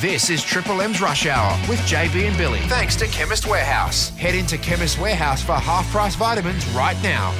This is Triple M's Rush Hour with JB and Billy. Thanks to Chemist Warehouse. Head into Chemist Warehouse for half price vitamins right now.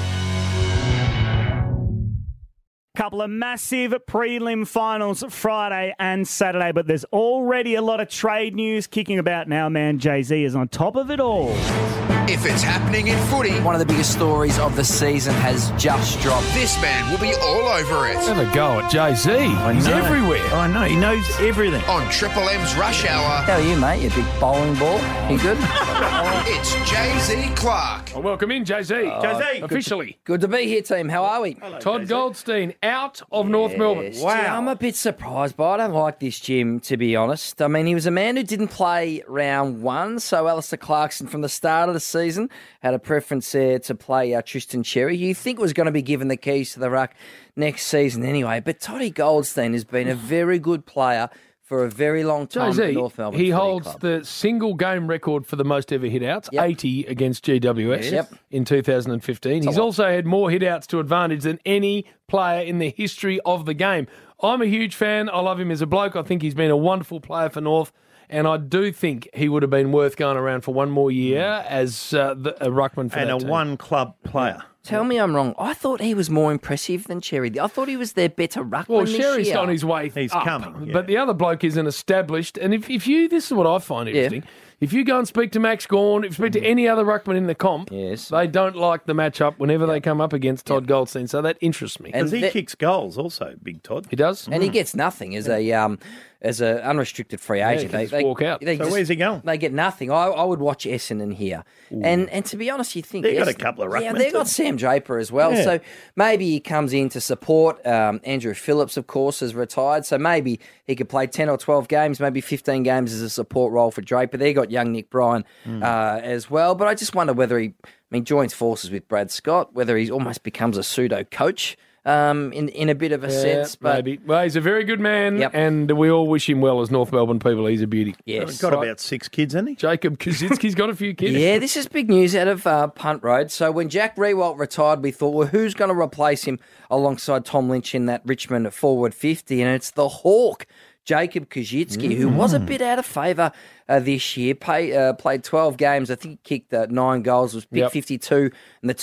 Couple of massive prelim finals Friday and Saturday, but there's already a lot of trade news kicking about now, man. Jay Z is on top of it all. Oh, If it's happening in footy, One of the biggest stories of the season has just dropped. this man will be all over it. Have a go at Jay Z. He's everywhere. I know. He knows everything. On Triple M's Rush Hour, How are you, mate? You big bowling ball. You good? it's Jay Z Clark. Well, Oh, welcome in, Jay Z. Jay Z! Officially, Oh, good to be here, team. How are we? Todd Goldstein out of North Melbourne. Yes. Yeah, I'm a bit surprised, but I don't like this Jim, to be honest. I mean, he was a man who didn't play round one, so Alistair Clarkson from the start of the season had a preference there to play uh, Tristan Cherry. You think was going to be given the keys to the ruck next season anyway, but Toddy Goldstein has been a very good player for a very long Jay time for Z, North Melbourne. he Footy holds Club. the single game record for the most ever hitouts, Yep. 80 against GWS Yep. in 2015. He's also had more hitouts to advantage than any player in the history of the game. I'm a huge fan. I love him as a bloke. I think he's been a wonderful player for North. And I do think he would have been worth going around for one more Hmm. year as uh, the, a ruckman for And that a team. one club player. Tell me I'm wrong. I thought he was more impressive than Cherry. I thought he was their better ruckman Well, this Sherry's year. on his way. He's up, coming, yeah. But the other bloke is an established. And if, if you, this is what I find interesting. If you go and speak to Max Gorn, if you speak to Mm. any other ruckman in the comp, Yes. they don't like the matchup whenever they come up against Todd Goldstein. So that interests me. And Because he the- kicks goals also, Big Todd. he does. Mm. and he gets nothing as a um, as an unrestricted free agent. can just walk out. They So just- where's he going? They get nothing. I, I would watch Essendon here, and and to be honest, you think They got a Essendon- couple of Yeah, ruckmen they got too. Sam Draper as well. Yeah. So maybe he comes in to support um, Andrew Phillips, of course, is retired. So maybe he could play ten or twelve games, maybe fifteen games as a support role for Draper. They got young Nick Bryan Hmm. uh, as well, but I just wonder whether he, I mean, joins forces with Brad Scott, whether he almost becomes a pseudo coach. Um, in in a bit of a Yeah, sense, but maybe. Well, he's a very good man, Yep. and we all wish him well as North Melbourne people. He's a beauty. yes, got about six kids, hasn't he? Jacob Kaczynski's got a few kids. Yeah, this is big news out of uh, Punt Road. So when Jack Rewalt retired, we thought, well, who's going to replace him alongside Tom Lynch in that Richmond forward 50? And it's the Hawk, Jacob Kajitsky, who was a bit out of favour uh, this year, pay, uh, played 12 games. I think he kicked uh, nine goals, was picked Yep. 52 in the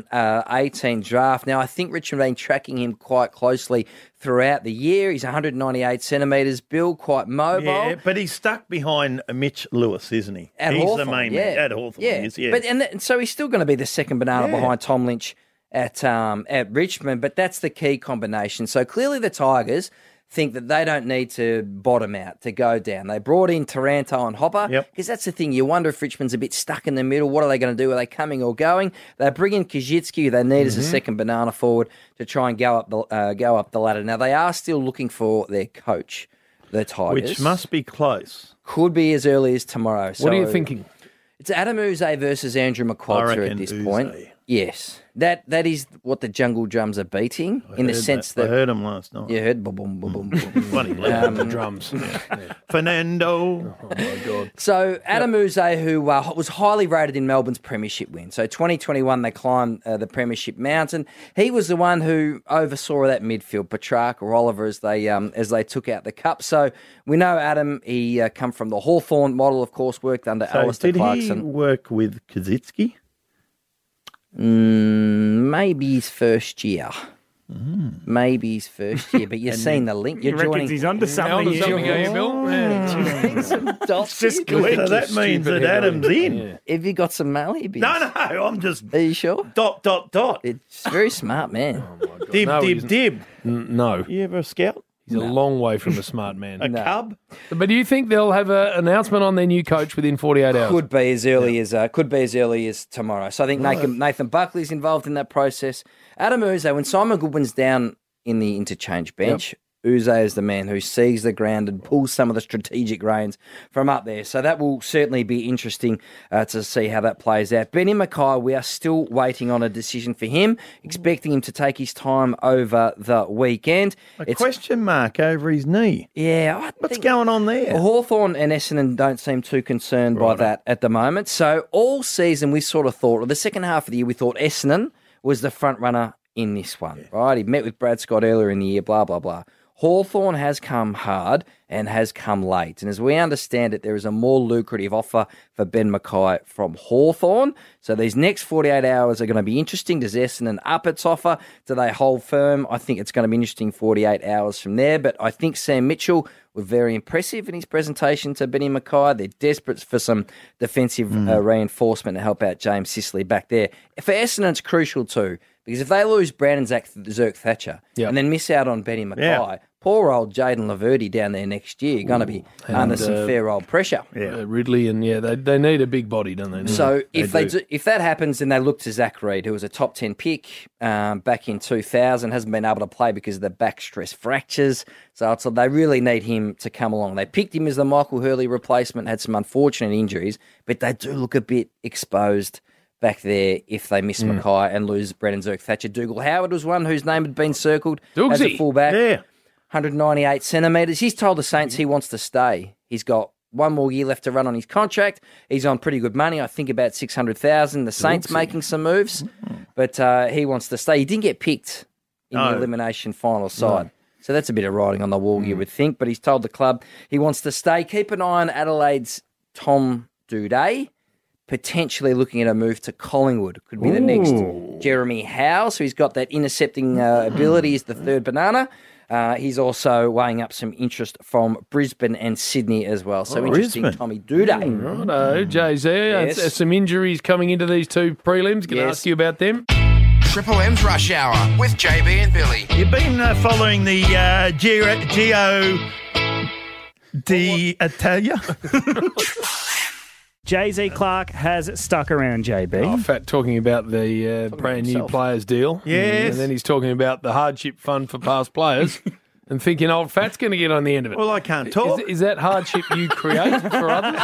2018 draft. Now, I think Richmond have been tracking him quite closely throughout the year. He's 198 centimetres, Bill, quite mobile. Yeah, but he's stuck behind Mitch Lewis, isn't he? At he's Hawthorn, the main yeah. man. At Hawthorn, yeah. he is, yeah. But and, th- and so he's still going to be the second banana Yeah. behind Tom Lynch at um, at Richmond, but that's the key combination. So clearly the Tigers think that they don't need to bottom out to go down. They brought in Taranto and Hopper because Yep. that's the thing. You wonder if Richmond's a bit stuck in the middle. What are they going to do? Are they coming or going? They bring in Kajitsky, who they need Mm-hmm. as a second banana forward to try and go up the uh, go up the ladder. Now they are still looking for their coach. The Tigers, Which must be close. could be as early as tomorrow. What are you So- thinking? it's Adam Uze versus Andrew I McQualter reckon at this Uze. point. Yes, that that is what the jungle drums are beating in the Heard sense that. I that, heard him last night. you heard boom boom boom boom. boom. Um, Bloody loud. the drums. Oh, Fernando. So Adam Uze, who uh, was highly rated in Melbourne's premiership win, so 2021 they climbed uh, the premiership mountain. He was the one who oversaw that midfield, Petrarch or Oliver, as they um, as they took out the cup. So we know Adam. He uh, come from the Hawthorn model, of course, worked under So Alistair did Clarkson. he work with Kaczynski? Maybe his first year. Maybe his first year, but you've seen the link. Mm-hmm. He You're reckons joining. he's onto something. Onto here. something, are you, Bill? Yeah. Just Just So glitch. that means stupid that Adam's in. Have you got some Mallee beers? No, no, I'm just Are you sure? dot, dot, dot. It's very smart, Oh. man. Dib, No, he dib, isn't. dib. N- No, You ever a scout? he's a long way from a smart man. A cub? But do you think they'll have an announcement on their new coach within 48 hours? Could be as early as uh, could be as early as tomorrow. So I think Nathan, Nathan Buckley's involved in that process. Adam Uze, when Simon Goodwin's down in the interchange bench, Uze is the man who sees the ground and pulls some of the strategic reins from up there. So that will certainly be interesting uh, to see how that plays out. Benny Mackay, we are still waiting on a decision for him, expecting him to take his time over the weekend. A question mark over his knee. yeah, I What's think- going on there? Hawthorn and Essendon don't seem too concerned by that at the moment. So all season we sort of thought, or the second half of the year, we thought Essendon was the front runner in this one, right? He met with Brad Scott earlier in the year, blah, blah, blah. Hawthorn has come hard and has come late. And as we understand it, there is a more lucrative offer for Ben Mackay from Hawthorn. So these next 48 hours are going to be interesting. Does Essendon up its offer? Do they hold firm? I think it's going to be interesting 48 hours from there. But I think Sam Mitchell were very impressive in his presentation to Benny Mackay. They're desperate for some defensive Hmm. uh, reinforcement to help out James Sicily back there. For Essendon, it's crucial too, because if they lose Brandon Zach, Zirk Thatcher Yeah. and then miss out on Benny Mackay, Yeah. poor old Jaden Laverty down there next year, going to be under some uh, fair old pressure. Yeah. Uh, Ridley and yeah, they, they need a big body, don't Mm. they? So if they do. do, if that happens, then they look to Zach Reed, who was a top ten pick um, back in two thousand, hasn't been able to play because of the back stress fractures. So it's, they really need him to come along. They picked him as the Michael Hurley replacement, had some unfortunate injuries, but they do look a bit exposed back there if they miss Mackay and lose Brennan Zirk Thatcher. Dougal Howard was one whose name had been circled as a Dougsy. fullback. Yeah. 198 centimetres. He's told the Saints he wants to stay. He's got one more year left to run on his contract. He's on pretty good money, I think about 600,000. The Saints making some moves, but uh, he wants to stay. He didn't get picked in the No. elimination final side. So that's a bit of writing on the wall, you would think, but he's told the club he wants to stay. Keep an eye on Adelaide's Tom Duday potentially looking at a move to Collingwood. Could be the next Jeremy Howes, who's got that intercepting uh, ability, is the third banana. Uh, he's also weighing up some interest from Brisbane and Sydney as well. So interesting, Brisbane. Tommy Duday. Righto, Jay Z. Yes. uh, Some injuries coming into these two prelims. Can I Yes. ask you about them? Triple M's Rush Hour with JB and Billy. You've been uh, following the uh, Geo, Geo D Italia. Jay Z Clark has stuck around JB. Oh, Fat talking about the uh, brand new himself. players deal. Yes. And then he's talking about the hardship fund for past players and thinking old Fat's going to get on the end of it. Well, I can't is, talk. is that hardship you create for others?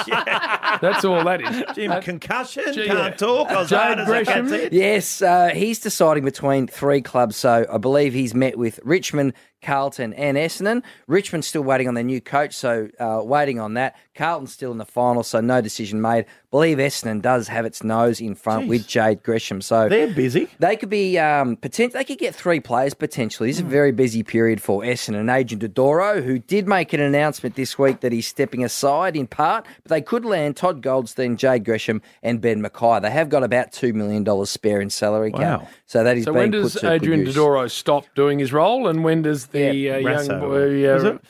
That's all that is. Jim, concussion, Gee, yeah. can't talk. I was Jade hard as I Gresham. can see. Yes, uh, he's deciding between three clubs. So I believe he's met with Richmond, Carlton, and Essendon. Richmond's still waiting on their new coach, so uh, waiting on that. Carlton's still in the final, so no decision made. Believe Essendon does have its nose in front with Jade Gresham. So They're busy. they could be um, potent- They could get three players potentially. Hmm. It's a very busy period for Essendon and agent Adoro, who did make an announcement this week that he's stepping aside in part. But they could land Todd Goldstein, Jay Gresham, and Ben Mackay. They have got about two million dollars spare in salary cap, Wow. so that is So being when put does to Adrian good use. Dodoro stop doing his role, and when does the uh, young Rasso. boy? Uh, Is it?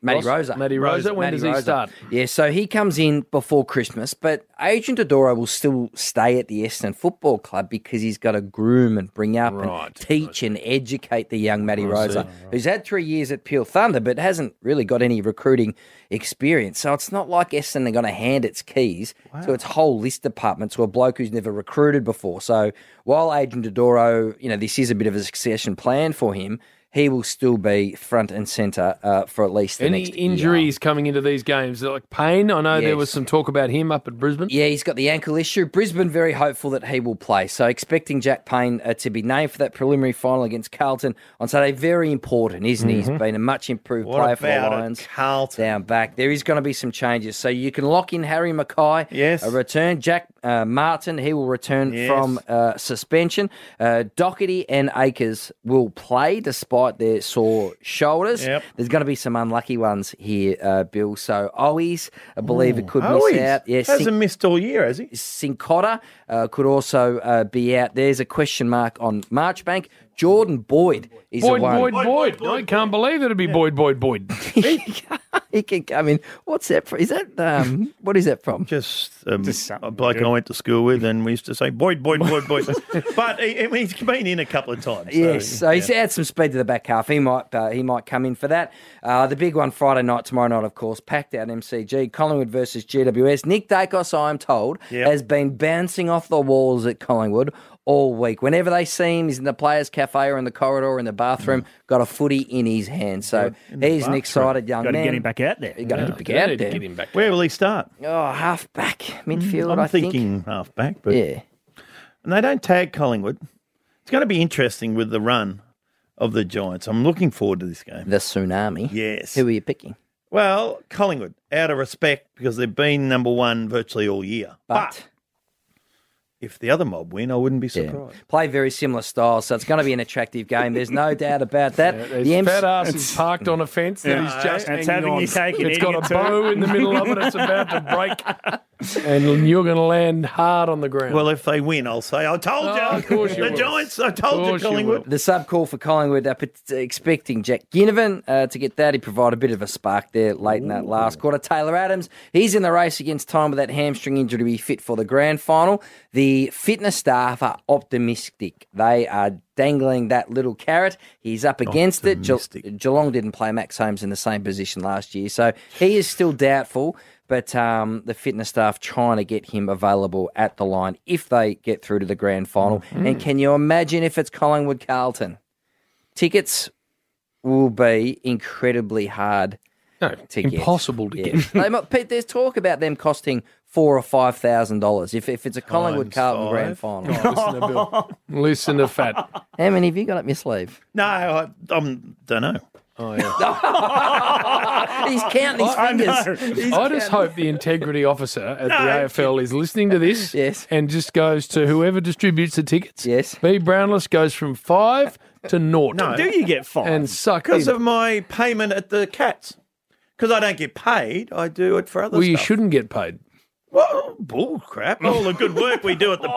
Matty Ross- Rosa. Matty Rosa, when does he start? Yeah, so he comes in before Christmas, but Agent Adoro will still stay at the Essendon Football Club because he's got to groom and bring up Right. and teach and educate the young Matty Rosa, who's had three years at Peel Thunder but hasn't really got any recruiting experience. So it's not like Essendon are going to hand its keys to its whole list department to a bloke who's never recruited before. So while Agent Adoro, you know, this is a bit of a succession plan for him. He will still be front and centre uh, for at least the Any next year. injuries coming into these games, like Payne? I know there was Yes. some talk about him up at Brisbane. Yeah, he's got the ankle issue. Brisbane very hopeful that he will play. So expecting Jack Payne uh, to be named for that preliminary final against Carlton on Saturday. Very important, isn't he? He's been a much improved Mm-hmm. What player for the about it, Lions. Carlton? Down back. There is going to be some changes. So you can lock in Harry Mackay. Yes. A return. Jack uh, Martin, he will return Yes. from uh, suspension. Uh, Doherty and Akers will play despite their sore shoulders. Yep. There's going to be some unlucky ones here, uh, Bill. So Owies, I believe it could Oh, miss he's out. Yes. hasn't missed all year, has he? Sincotta uh, could also uh, be out. There's a question mark on Marchbank. Jordan Boyd is Boyd, a one. Boyd, Boyd, I can't believe it'd be Boyd, Boyd, Boyd. He can come in. What's that? From? Is that um, what is that from? Just, um, something a bloke I went to school with, and we used to say Boyd, Boyd, Boyd, Boyd. but he, I mean, he's been in a couple of times. so- Yes, uh, so he's had some speed to the back half. He might uh, he might come in for that. Uh, the big one Friday night, tomorrow night, of course, packed out MCG. Collingwood versus GWS. Nick Dacos, I am told, Yep. has been bouncing off the walls at Collingwood all week. Whenever they see him, he's in the players' cafe or in the corridor or in the bathroom. Mm. Got a footy in his hand, so he's an excited young Got to man. get him back out there. You got to get, They out need to there. Get him back. Where will he start? Oh, half back midfield. Mm, I'm I think. thinking half back, but Yeah. and they don't tag Collingwood. It's going to be interesting with the run of the Giants. I'm looking forward to this game. The tsunami. Yes. Who are you picking? Well, Collingwood, out of respect because they've been number one virtually all year. But if the other mob win, I wouldn't be surprised. Play very similar styles, so it's going to be an attractive game. There's no doubt about that. His fat ass is parked on a fence that Yeah. he's just And it's hanging having on. his cake and It's eating got it a too. bow in the middle of it. It's about to break, and you're going to land hard on the ground. Well, if they win, I'll say, I told you. Oh, of course you the will. Giants, I Of told you, course you Collingwood. will. the sub call for Collingwood are p- expecting Jack Ginnivan uh, to get that. He provided a bit of a spark there late in that last quarter. Taylor Adams, he's in the race against time with that hamstring injury to be fit for the grand final. The fitness staff are optimistic. They are dangling that little carrot. He's up against it. Ge- Optimistic. Geelong didn't play Max Holmes in the same position last year, so he is still doubtful. But um, the fitness staff trying to get him available at the line if they get through to the grand final. And can you imagine if it's Collingwood Carlton? Tickets will be incredibly hard no, to get. impossible to Yeah. get. They might- Pete, there's talk about them costing four or five thousand dollars if if it's a Collingwood Times Carlton five. grand final. Listen to Bill. Listen to Fat. How many have you got up your sleeve? No, I um, don't know. Oh, yeah. He's counting his I know. fingers. He's I just counting- hope the integrity officer at the AFL is listening to this Yes. and just goes to whoever distributes the tickets. Yes. B Brownless goes from five to naught. No. Do you get five? And suck Because in. of my payment at the Cats. Because I don't get paid, I do it for other well, you stuff. shouldn't get paid. Well, bull crap. All the good work we do at the Oh.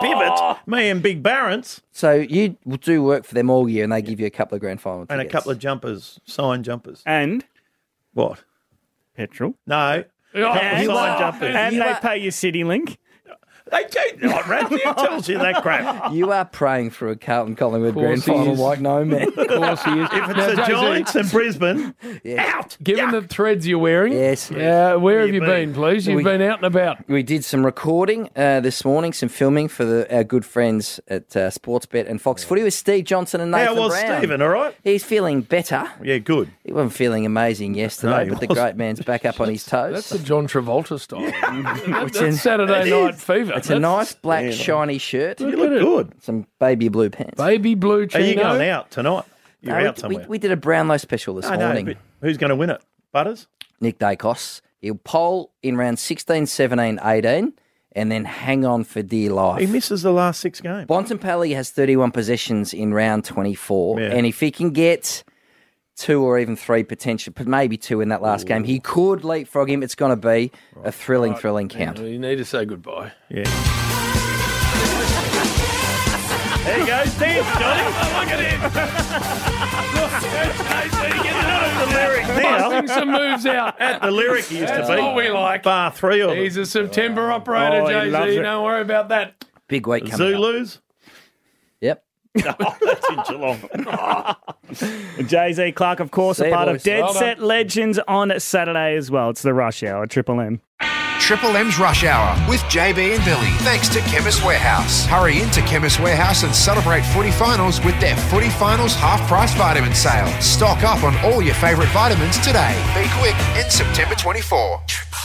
pivot, me and Big Barons, So you will do work for them all year, and they give you a couple of grand final and a tickets. couple of jumpers, signed jumpers. and What? petrol. No. Oh, And, signed and, jumpers. they are- pay your city link. They do not, Randy. It tells you that crap. You are praying for a Carlton Collingwood Course grand he final is. like no man. Of course he is. if It's the Giants and Brisbane. Out. given the threads you're wearing, Yes. uh, where have you you been, been? please? You've We- been out and about. we did some recording uh, this morning, some filming for the, our good friends at uh, Sportsbet and Fox Footy with Steve Johnson and Nathan How was Brown. Stephen, all right? He's feeling better. Yeah, good. He wasn't feeling amazing yesterday, No, he but the wasn't. great man's back up on his toes. That's the John Travolta style. That- Which that's is- Saturday Night Fever. it's a nice black shiny shirt, You look good. some baby blue pants. baby blue Are chino. you going out tonight? You're No, we- out we, somewhere. we did a Brownlow special this I know, morning. but who's going to win it? Butters? Nick Dacos. He'll poll in round 16, 17, 18, and then hang on for dear life. He misses the last six games. Bontempelli has 31 possessions in round 24. Yeah. And if he can get two or even three potential, but maybe two in that last game, he could leapfrog him. It's going to be a thrilling, thrilling count. You need to say goodbye. Yeah. there you go, Steve, Johnny. Look at him. Look, the lyric now. Busting some moves out. The lyric he used That's to be. what we like. Bar three of He's them. a September operator, Oh, he loves Jay Z. it. Don't worry about that. Big week coming up. Zulus. Yep. That's in Geelong. Jay Z Clark, of course, See a you, part boys. of Dead Well done. Set Legends on Saturday as well. It's the rush hour, Triple M. Triple M's Rush Hour with JB and Billy. Thanks to Chemist Warehouse. Hurry into Chemist Warehouse and celebrate footy finals with their footy finals half price vitamin sale. Stock up on all your favourite vitamins today. Be quick in September 24. Triple